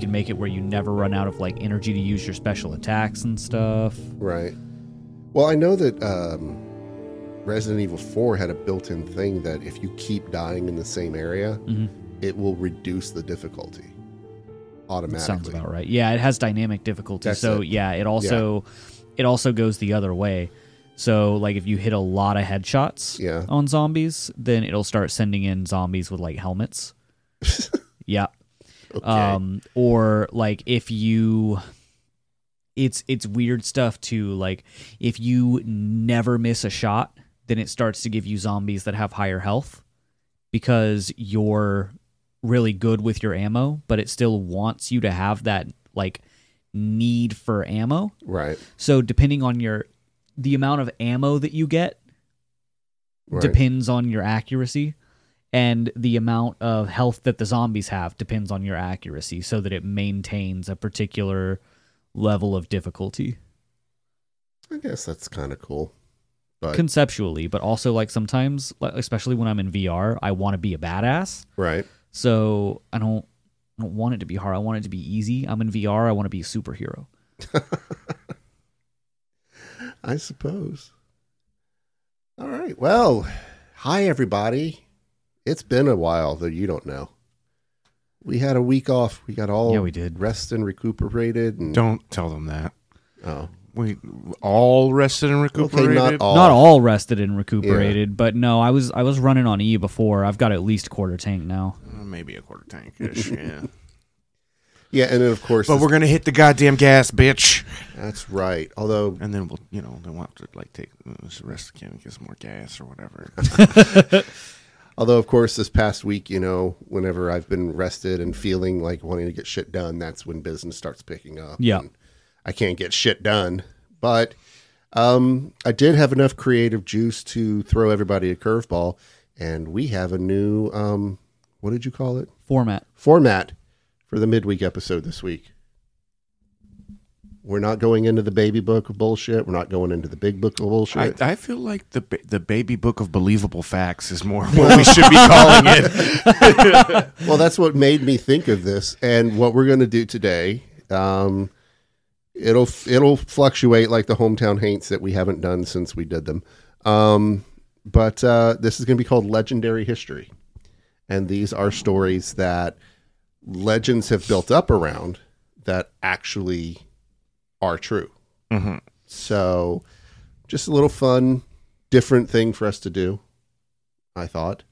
can make it where you never run out of like energy to use your special attacks and stuff. Right. Well, I know that um, Resident Evil 4 had a built in thing that if you keep dying in the same area, Mhm. it will reduce the difficulty automatically. Sounds about right. Yeah, it has dynamic difficulty. That's so it. yeah, it also it also goes the other way. So like if you hit a lot of headshots Yeah. on zombies, then it'll start sending in zombies with like helmets. yeah. Okay. Um or like if you it's it's weird stuff too like if you never miss a shot, then it starts to give you zombies that have higher health because you're really good with your ammo, but it still wants you to have that like need for ammo. right. So depending on your the amount of ammo that you get Right. depends on your accuracy and the amount of health that the zombies have depends on your accuracy so that it maintains a particular level of difficulty I guess that's kind of cool. But conceptually but also like sometimes like, especially when I'm in VR I want to be a badass right. so I don't I don't want it to be hard I want it to be easy I'm in VR I want to be a superhero I suppose. All right. Well, hi everybody. It's been a while, though you don't know. We had a week off. We got all Yeah, we did. rest and recuperated and Don't tell them that. oh. We all rested and recuperated. Okay, not all. Not all rested and recuperated, but no, I was I was running on E before. I've got at least quarter tank now. Uh, Maybe a quarter tank ish. Yeah. Yeah, and then of course but we're gonna hit the goddamn gas, bitch. that's right. Although And then we'll, you know, then we'll have to like take uh, just rest again and get some more gas or whatever. although of course this past week, you know, whenever I've been rested and feeling like wanting to get shit done, that's when business starts picking up. Yeah. and I can't get shit done. But um I did have enough creative juice to throw everybody a curveball and we have a new um what did you call it? Format. format for the midweek episode this week. We're not going into the baby book of bullshit. We're not going into the big book of I, bullshit. I feel like the ba- the baby book of believable facts is more what we should be calling it. well, that's what made me think of this, and what we're going to do today. Um, it'll it'll fluctuate like the hometown haints that we haven't done since we did them. Um, but uh, this is going to be called legendary history, and these are stories that legends have built up around that actually are true. Mhm. So, just a little fun, different thing for us to do. I thought.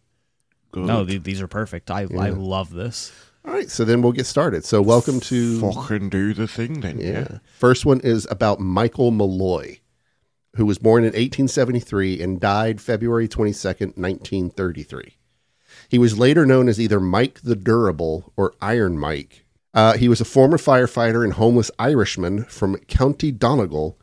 Good. No, th- these are perfect. I I love this. All right, so then we'll get started. So, welcome to fucking do the thing then. Yeah. yeah. First one is about Michael Malloy, who was born in 1873 and died February 22nd, 1933. He was later known as either Mike the Durable or Iron Mike. Uh, he was a former firefighter and homeless Irishman from County Donegal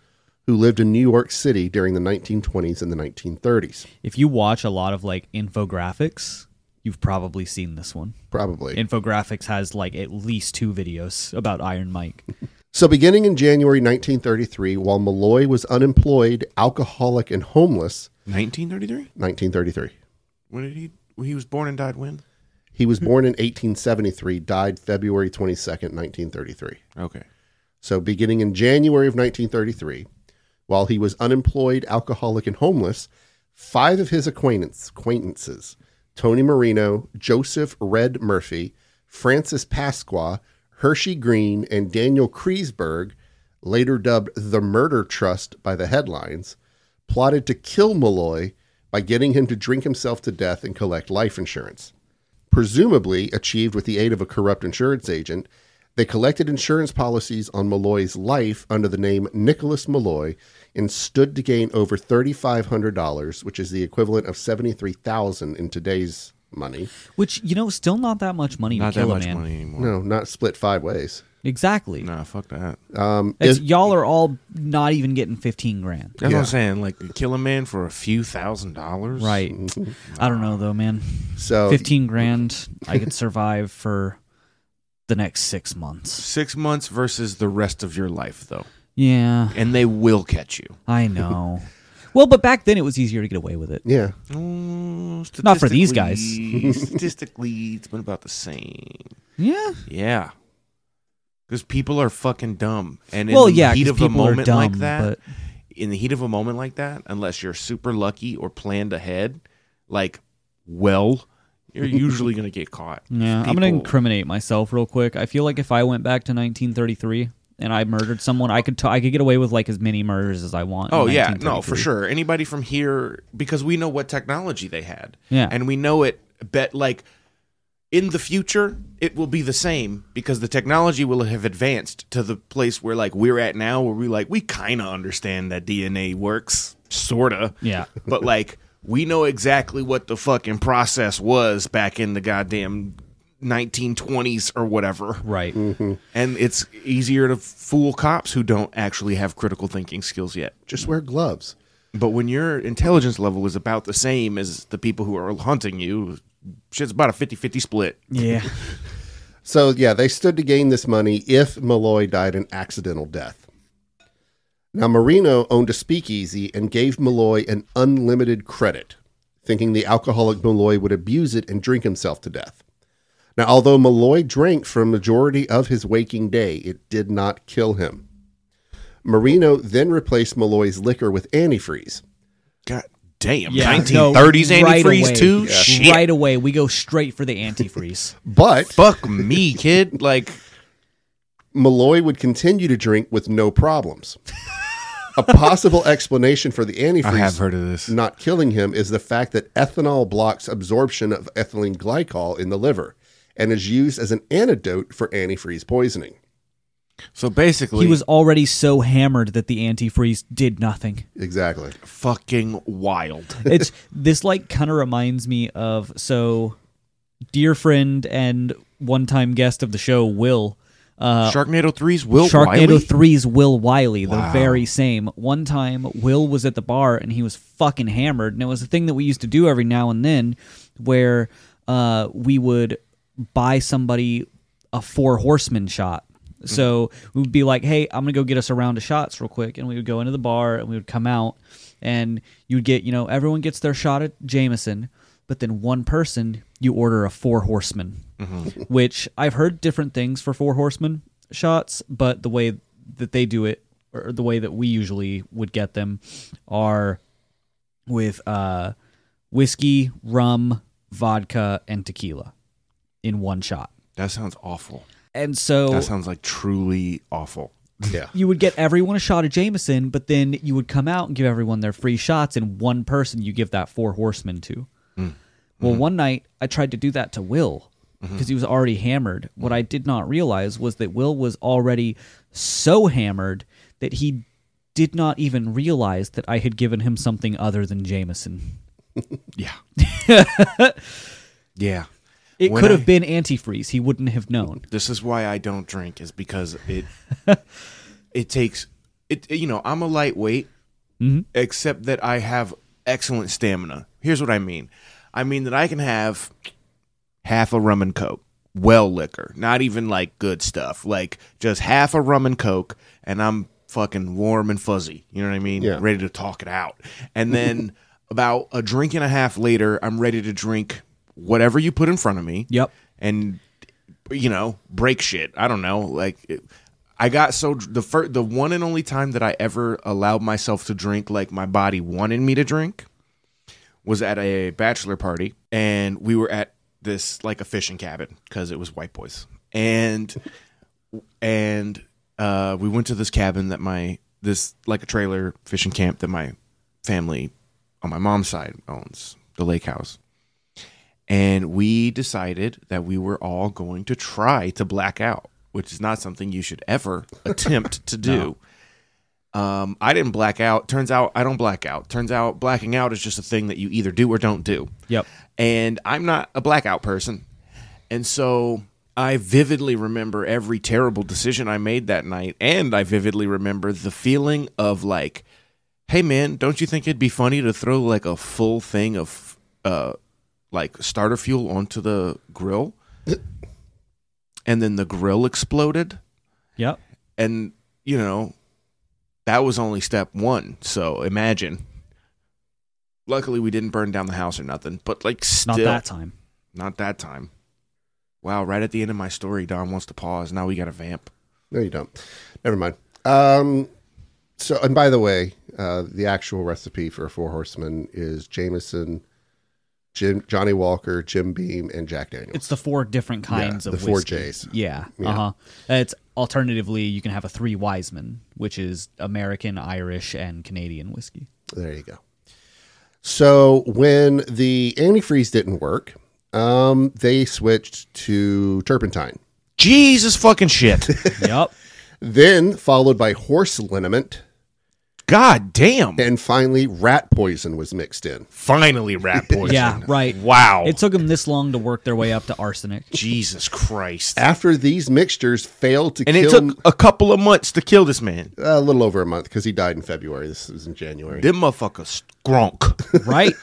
who lived in New York City during the 1920s and the 1930s. If you watch a lot of like infographics, you've probably seen this one. Probably. Infographics has like at least two videos about Iron Mike. So, beginning in January 1933, while Malloy was unemployed, alcoholic, and homeless, 1933. 1933. When did he? He was born and died when? He was born in 1873, died February 22nd, 1933. Okay. So, beginning in January of 1933, while he was unemployed, alcoholic, and homeless, five of his acquaintance, acquaintances Tony Marino, Joseph Red Murphy, Francis Pasqua, Hershey Green, and Daniel Kreisberg, later dubbed the Murder Trust by the headlines, plotted to kill Malloy by getting him to drink himself to death and collect life insurance presumably achieved with the aid of a corrupt insurance agent. They collected insurance policies on Malloy's life under the name Nicholas Malloy and stood to gain over $3,500, which is the equivalent of 73000 in today's money. Which, you know, still not that much money Not to that kill a much man. money anymore. No, not split five ways. Exactly. Nah, fuck that. Um, It's, if- y'all are all not even getting fifteen grand. That's what Yeah. I'm saying. Like, you kill a man for a few thousand dollars. Right. I don't know though, man. so, Oh. Fifteen grand, I could survive for the next six months. Six months versus the rest of your life, though. Yeah. And they will catch you. I know. well, but back then it was easier to get away with it. yeah. Mm, Not for these guys. statistically- Statistically, it's been about the same. Yeah. Yeah. because people are fucking dumb. And in well, the yeah, heat 'cause of a people are moment dumb, like that, But in the heat of a moment like that, unless you're super lucky or planned ahead, like well, you're usually gonna get caught. yeah, I'm People- gonna incriminate myself real quick. I feel like if I went back to 1933 and I murdered someone, I could t- I could get away with like as many murders as I want. in Oh yeah, no, for 1933. sure. Anybody from here because we know what technology they had. Yeah. And we know it bet like in the future it will be the same because the technology will have advanced to the place where like we're at now where we like we kind of understand that DNA works sorta. Yeah. But like we know exactly what the fucking process was back in the goddamn 1920s or whatever. Right. And it's easier to fool cops who don't actually have critical thinking skills yet. Just wear gloves. But when your intelligence level is about the same as the people who are hunting you, shit's about a 50 50 split. Yeah. So yeah, they stood to gain this money if Malloy died an accidental death. Now Marino owned a speakeasy and gave Malloy an unlimited credit, thinking the alcoholic Malloy would abuse it and drink himself to death. Now, although Malloy drank for a majority of his waking day, it did not kill him. Marino then replaced Malloy's liquor with antifreeze. God damn. Yeah, 1930s no, right antifreeze, away. too? Yeah. Shit. Right away, we go straight for the antifreeze. But Fuck me, kid. Like, Malloy would continue to drink with no problems. a possible explanation for the antifreeze heard of this. not killing him is the fact that ethanol blocks absorption of ethylene glycol in the liver and is used as an antidote for antifreeze poisoning. So basically, he was already so hammered that the antifreeze did nothing. Exactly. fucking wild. It's this like kind of reminds me of so dear friend and one-time guest of the show Will uh Sharknado 3's Will Sharknado Oh, Wiley? 3's Will Wiley, the Wow. very same. One time, Will was at the bar and he was fucking hammered. And it was a thing that we used to do every now and then where uh, we would buy somebody a four horseman shot. So we would be like, hey, I'm going to go get us a round of shots real quick. And we would go into the bar and we would come out and you'd get, you know, everyone gets their shot at Jameson. But then one person, you order a four horseman which I've heard different things for Four Horsemen shots, but the way that they do it, or the way that we usually would get them, are with uh, whiskey, rum, vodka, and tequila in one shot. That sounds awful. And so That sounds like truly awful. Yeah. you would get everyone a shot of Jameson, but then you would come out and give everyone their free shots, and one person you give that four horsemen to. Mm. Well, Mm-hmm. one night I tried to do that to Will because he was already hammered. Mm-hmm. What I did not realize was that Will was already so hammered that he did not even realize that I had given him something other than Jameson. Yeah. yeah. It When could I- have been antifreeze. He wouldn't have known. this is why I don't drink is because it it takes it you know I'm a lightweight except that I have excellent stamina. Here's what I mean. I mean that I can have half a rum and coke, well liquor, not even like good stuff, like just half a rum and coke and I'm fucking warm and fuzzy, you know what I mean? Yeah. Ready to talk it out. And then about a drink and a half later, I'm ready to drink whatever you put in front of me Yep. and you know break shit i don't know like it, i got so dr- the first the one and only time that i ever allowed myself to drink like my body wanted me to drink was at a bachelor party and we were at this like a fishing cabin because it was white boys and and uh, we went to this cabin that my this like a trailer fishing camp that my family on my mom's side owns the lake house and we decided that we were all going to try to black out, which is not something you should ever attempt to do. Um, I didn't black out. Turns out I don't black out. Turns out blacking out is just a thing that you either do or don't do. Yep. And I'm not a blackout person. And so I vividly remember every terrible decision I made that night. And I vividly remember the feeling of like, hey, man, don't you think it'd be funny to throw like a full thing of uh, like starter fuel onto the grill? and then the grill exploded. Yep. And, you know, that was only step one. So imagine. Luckily, we didn't burn down the house or nothing, but like still. Not that time. Not that time. Wow, right at the end of my story, Don wants to pause. Now we got to vamp. No, you don't. Never mind. Um, so, and by the way, uh, the actual recipe for Four Horsemen is Jameson, Jim, Johnny Walker, Jim Beam, and Jack Daniels. Uh, It's the four different kinds the of four whiskey. J's. Yeah. Uh-huh. It's alternatively you can have a three wiseman, which is American, Irish, and Canadian whiskey. There you go. So when the antifreeze didn't work, um, they switched to turpentine, Jesus fucking shit. yep. then followed by horse liniment, God damn. and finally rat poison was mixed in. Finally, rat poison. Yeah, right. Wow. It took them this long to work their way up to arsenic. Jesus Christ. After these mixtures failed to And kill it took a couple of months to kill this man. a little over a month because he died in February. This was in January. Them motherfuckers grunk. Right?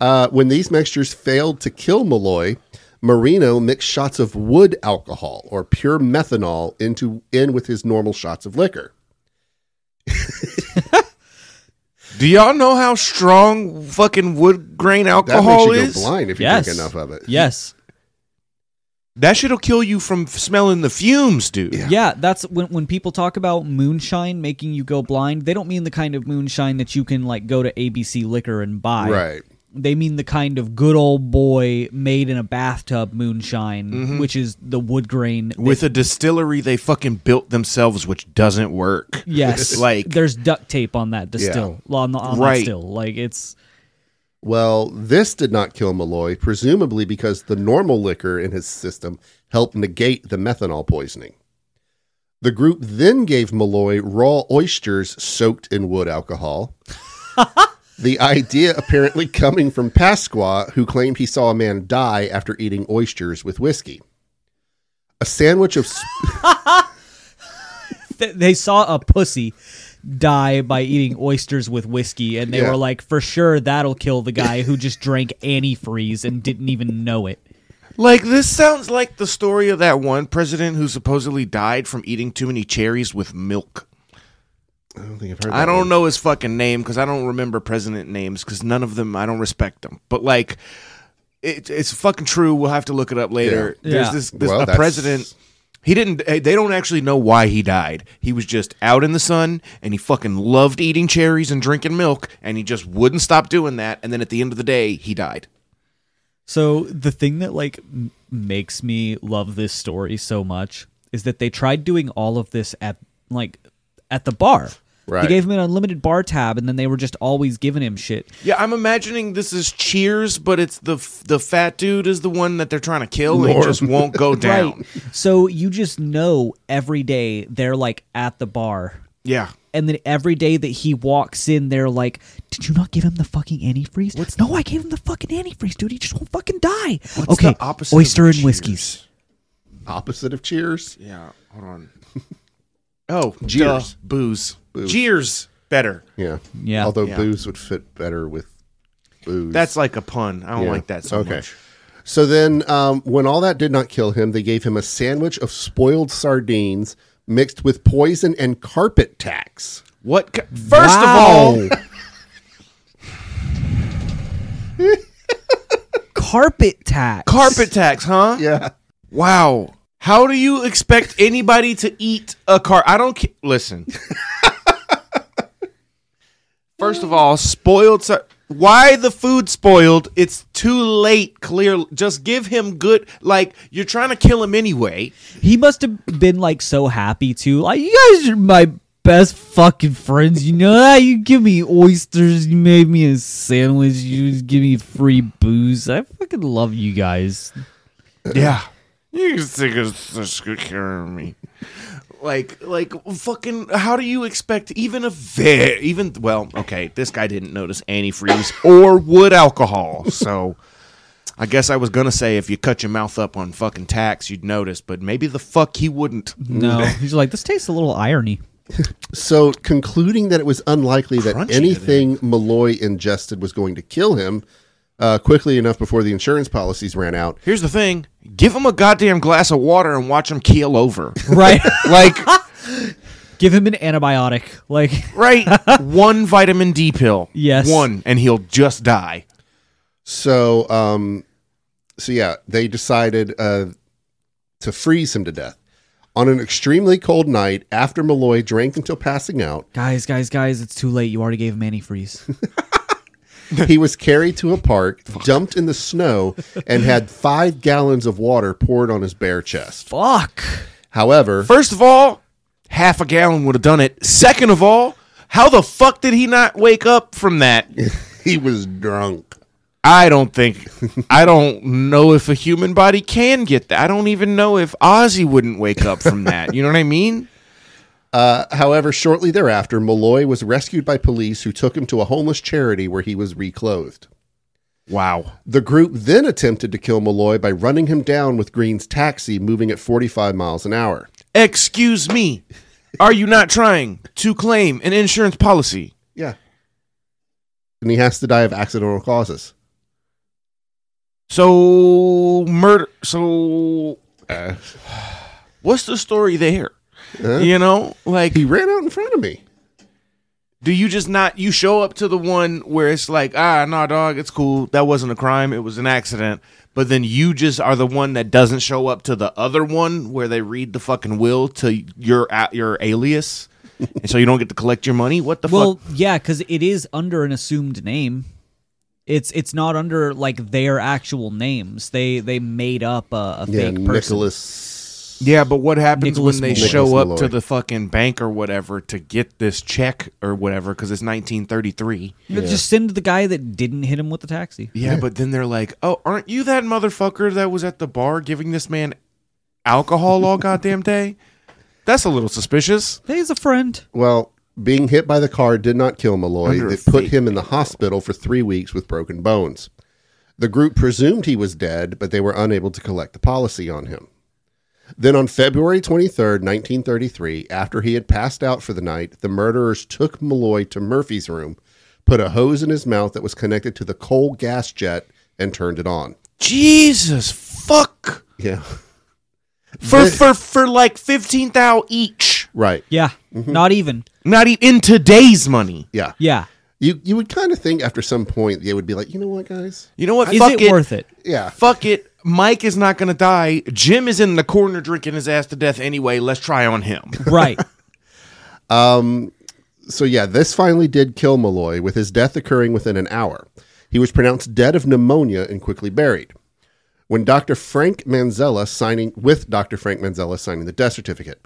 Uh, when these mixtures failed to kill Malloy, Marino mixed shots of wood alcohol or pure methanol into in with his normal shots of liquor. Do y'all know how strong fucking wood grain That alcohol makes you is? go blind if you yes. drink enough of it. Yes. That shit'll kill you from f- smelling the fumes, dude. Yeah. that's when when people talk about moonshine making you go blind, they don't mean the kind of moonshine that you can like go to ABC liquor and buy. Right. They mean the kind of good old boy made in a bathtub moonshine, which is the wood grain. With a distillery they fucking built themselves, which doesn't work. Yes, Like- there's duct tape on that distill, on, the, on that Right. still. Like it's Well, this did not kill Malloy, presumably because the normal liquor in his system helped negate the methanol poisoning. The group then gave Malloy raw oysters soaked in wood alcohol. the idea apparently coming from Pasqua, who claimed he saw a man die after eating oysters with whiskey. A sandwich of s- th- they saw a pussy die by eating oysters with whiskey, and they Yeah. were like, for sure that'll kill the guy who just drank antifreeze and didn't even know it. Like this sounds like the story of that one president who supposedly died from eating too many cherries with milk. I don't think I've heard. I that don't one. know his fucking name because I don't remember president names because none of them I don't respect them. But like, it, it's fucking true. We'll have to look it up later. Yeah. There's Yeah. this, this Well, a that's- president. He didn't. eh, They don't actually know why he died. He was just out in the sun, and he fucking loved eating cherries and drinking milk, and he just wouldn't stop doing that. And then at the end of the day, he died. So the thing that like m- makes me love this story so much is that they tried doing all of this at like at the bar. Right. They gave him an unlimited bar tab, and then they were just always giving him shit. Yeah, I'm imagining this is Cheers, but it's the f- the fat dude is the one that they're trying to kill. and Norm. He just won't go down. Right. So you just know every day they're like at the bar. Yeah. And then every day that he walks in, they're like, "Did you not give him the fucking antifreeze?" no, I gave him the fucking antifreeze, dude. He just won't fucking die. okay, the opposite of oyster and Cheers? whiskeys. Opposite of Cheers. Yeah, hold on. Oh, Jeers. duh, booze. Jeers better. Yeah. Yeah. Although Yeah. booze would fit better with booze. That's like a pun. I don't Yeah. like that so Okay. much. So then, um, when all that did not kill him, they gave him a sandwich of spoiled sardines mixed with poison and carpet tacks. What? ca- First of all, Wow. carpet tax. carpet tax, huh? Yeah. Wow. How do you expect anybody to eat a car? I don't ca- listen. First of all, spoiled. Sar- Why the food spoiled? It's too late. Clear. Just give him good. Like you're trying to kill him anyway. He must have been like so happy too. Like you guys are my best fucking friends. You know that you give me oysters, you made me a sandwich, you just give me free booze. I fucking love you guys. Yeah. You think it's just good care of me. Like, like, fucking, how do you expect even a very, even, well, okay, this guy didn't notice antifreeze or wood alcohol. So I guess I was going to say if you cut your mouth up on fucking tax, you'd notice, but maybe the fuck he wouldn't. No, he's like this tastes a little irony. So, concluding that it was unlikely that Crunchy anything Malloy ingested was going to kill him uh, quickly enough before the insurance policies ran out, Here's the thing give him a goddamn glass of water and watch him keel over. Right. Like, give him an antibiotic. Like right? One vitamin D pill. Yes. One, and he'll just die. So, um, so yeah, they decided uh, to freeze him to death. On an extremely cold night, after Malloy drank until passing out, Guys, guys, guys, it's too late. You already gave him antifreeze. he was carried to a park, dumped in the snow, and had five gallons of water poured on his bare chest. Fuck. However, First of all, half a gallon would have done it. Second of all, how the fuck did he not wake up from that? he was drunk. I don't think I don't know if a human body can get that. I don't even know if Ozzy wouldn't wake up from that. You know what I mean? However, shortly thereafter, Malloy was rescued by police who took him to a homeless charity where he was reclothed. Wow. The group then attempted to kill Malloy by running him down with Green's taxi moving at 45 miles an hour. Excuse me. Are you not trying to claim an insurance policy? Yeah. And he has to die of accidental causes. So murder so what's the story there? Huh? You know, like He ran out in front of me. Do you just not you show up to the one where it's like, ah, nah, dog, it's cool. That wasn't a crime, it was an accident. But then you just are the one that doesn't show up to the other one where they read the fucking will to your a- your alias, and so you don't get to collect your money. What the Well, fuck? yeah, because it is under an assumed name. It's it's not under like their actual names. They they made up a, a Yeah, fake person. Nicholas. Yeah, but what happens Nicholas when they Malloy. show Nicholas up to Malloy. the fucking bank or whatever to get this check or whatever because it's 1933? You know, Just send the guy that didn't hit him with the taxi. Yeah, but then they're like, "Oh, aren't you that motherfucker that was at the bar giving this man alcohol all goddamn day?" That's a little suspicious. Hey, He's a friend. Well, being hit by the car did not kill Malloy. Under a It put fake him in the hospital for three weeks with broken bones. The group presumed he was dead, but they were unable to collect the policy on him. Then on February 23rd, 1933, after he had passed out for the night, the murderers took Malloy to Murphy's room, put a hose in his mouth that was connected to the coal gas jet, and turned it on. Jesus fuck. Yeah. For for for like 15 thou each. Right. Yeah, not even. Not even in today's money. Yeah. Yeah, You you would kind of think after some point they would be like, you know what, guys? You know what? is fuck it, worth it? Yeah. Fuck it. Mike is not going to die. Jim is in the corner drinking his ass to death anyway. Let's try on him. Right. So yeah, this finally did kill Malloy, with his death occurring within an hour. He was pronounced dead of pneumonia and quickly buried. When Dr. Frank Manzella signing with Dr. Frank Manzella signing the death certificate,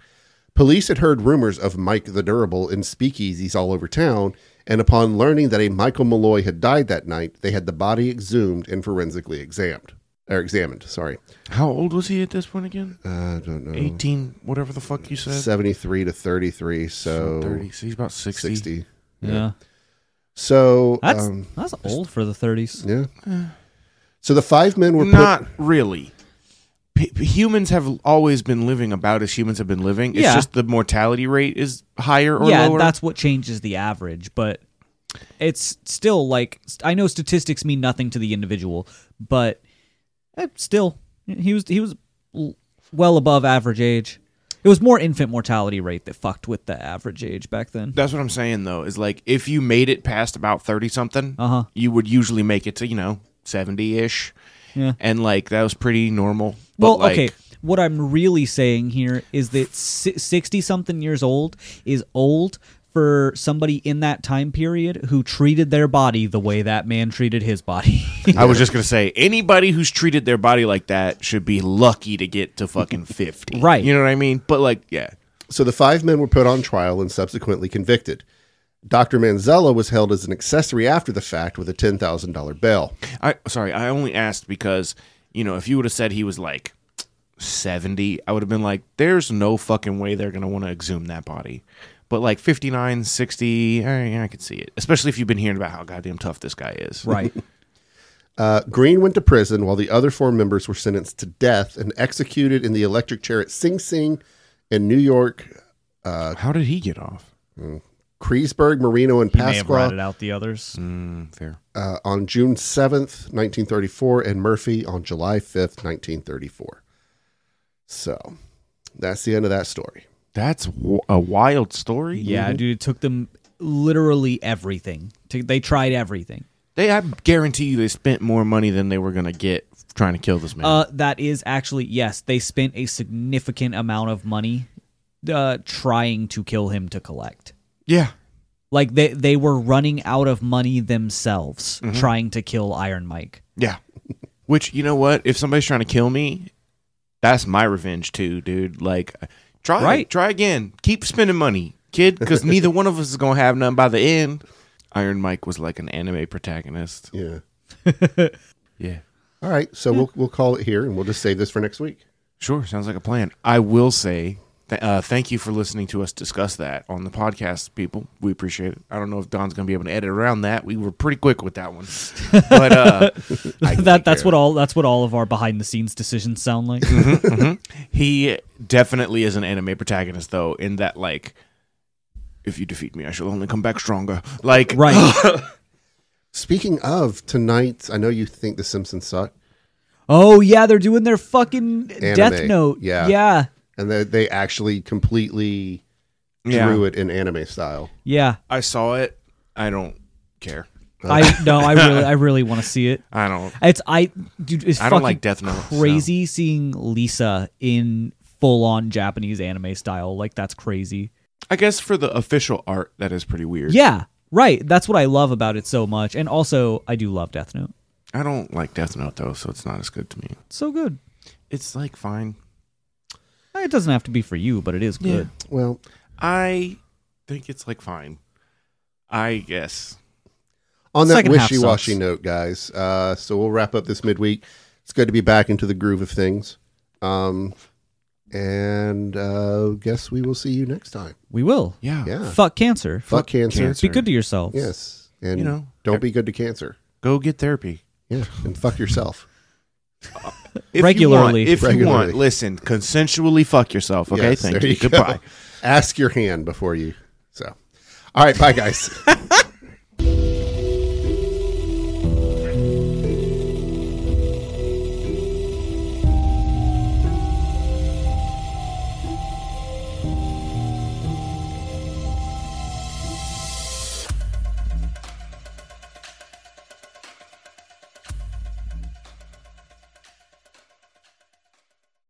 police had heard rumors of Mike the Durable in speakeasies all over town, and upon learning that a Michael Malloy had died that night, they had the body exhumed and forensically examined. Or examined, sorry. Uh, How old was he at this point again? Oh. I don't know. 18, whatever the fuck you said. 73 to 33, so 30. So he's about 60. 60. yeah, So that's um, that's old for the thirties. Yeah. Uh. So the five men were put- Not really. P- p- humans have always been living about as humans have been living. It's Yeah. just the mortality rate is higher or Yeah, lower. that's what changes the average, but it's still like st- I know statistics mean nothing to the individual, but eh, still he was he was l- well above average age. It was more infant mortality rate that fucked with the average age back then. That's what I'm saying though. Is like if you made it past about thirty something, Uh-huh. you would usually make it to you know seventy ish, Yeah. and like that was pretty normal. But, Well, like, okay. What I'm really saying here is that sixty something years old is old for somebody in that time period who treated their body the way that man treated his body. I was just gonna say anybody who's treated their body like that should be lucky to get to fucking fifty, Right. You know what I mean? But like, yeah, so the five men were put on trial and subsequently convicted. Dr. Manzella was held as an accessory after the fact with a ten thousand dollar bail. I sorry, I only asked because you know if you would have said he was like seventy, I would have been like, there's no fucking way they're gonna want to exhume that body. But like 59, 60, I, I could see it. Especially if you've been hearing about how goddamn tough this guy is. right. Uh, Green went to prison while the other four members were sentenced to death and executed in the electric chair at Sing Sing in New York. How did he get off? Kreisberg, Marino, and May have ratted Pasqua out the others. fair. uh, on June 7th, 1934, and Murphy on July 5th, 1934. So that's the end of that story. That's w- a wild story. Yeah, dude, it took them literally everything. To, they tried everything. They, I guarantee you, they spent more money than they were gonna get trying to kill this man. Uh, that is actually yes, they spent a significant amount of money uh, trying to kill him to collect. Yeah. Like they they were running out of money themselves Mm-hmm. trying to kill Iron Mike. Yeah. Which you know what? If somebody's trying to kill me, that's my revenge too, dude. Like, try Right. try again. Keep spending money, kid, because neither one of us is gonna have none by the end. Iron Mike was like an anime protagonist. Yeah. Yeah. All right. So we'll we'll call it here, and we'll just save this for next week. Sure, sounds like a plan. I will say, th- uh, thank you for listening to us discuss that on the podcast, people. We appreciate it. I don't know if Don's going to be able to edit around that. We were pretty quick with that one, but uh, I that that's care. what all that's what all of our behind the scenes decisions sound like. Mm-hmm. he definitely is an anime protagonist, though. In that, like, if you defeat me, I shall only come back stronger. Like, right. Speaking of tonight's, I know you think The Simpsons suck, Oh yeah, they're doing their fucking Death Anime. Note. Yeah. Yeah. and they they actually completely yeah, drew it in anime style. Yeah. I saw it. I don't care. I no, I really I really want to see it. I don't. It's I dude it's I don't fucking like Death Note, so. crazy seeing Lisa in full on Japanese anime style. Like that's crazy. I guess for the official art, that is pretty weird. Yeah. Right. That's what I love about it so much. And also I do love Death Note. I don't like Death Note though, so it's not as good to me. It's so good. It's like fine. It doesn't have to be for you, but it is good. Well, I think it's like fine. I guess. on that Second half wishy washy sucks. note, guys. Uh, so we'll wrap up this midweek. It's good to be back into the groove of things. Um, and uh, guess we will see you next time. We will. Yeah. Yeah. Fuck cancer. Fuck cancer. cancer. Be good to yourselves. Yes. And You know, don't be good to cancer. Go get therapy. Yeah. And fuck yourself. If you want- Regularly. if you Regularly. want, listen, consensually fuck yourself. Okay. Yes, Thank there you. go. Goodbye. Ask your hand before you. So, all right. Bye, guys.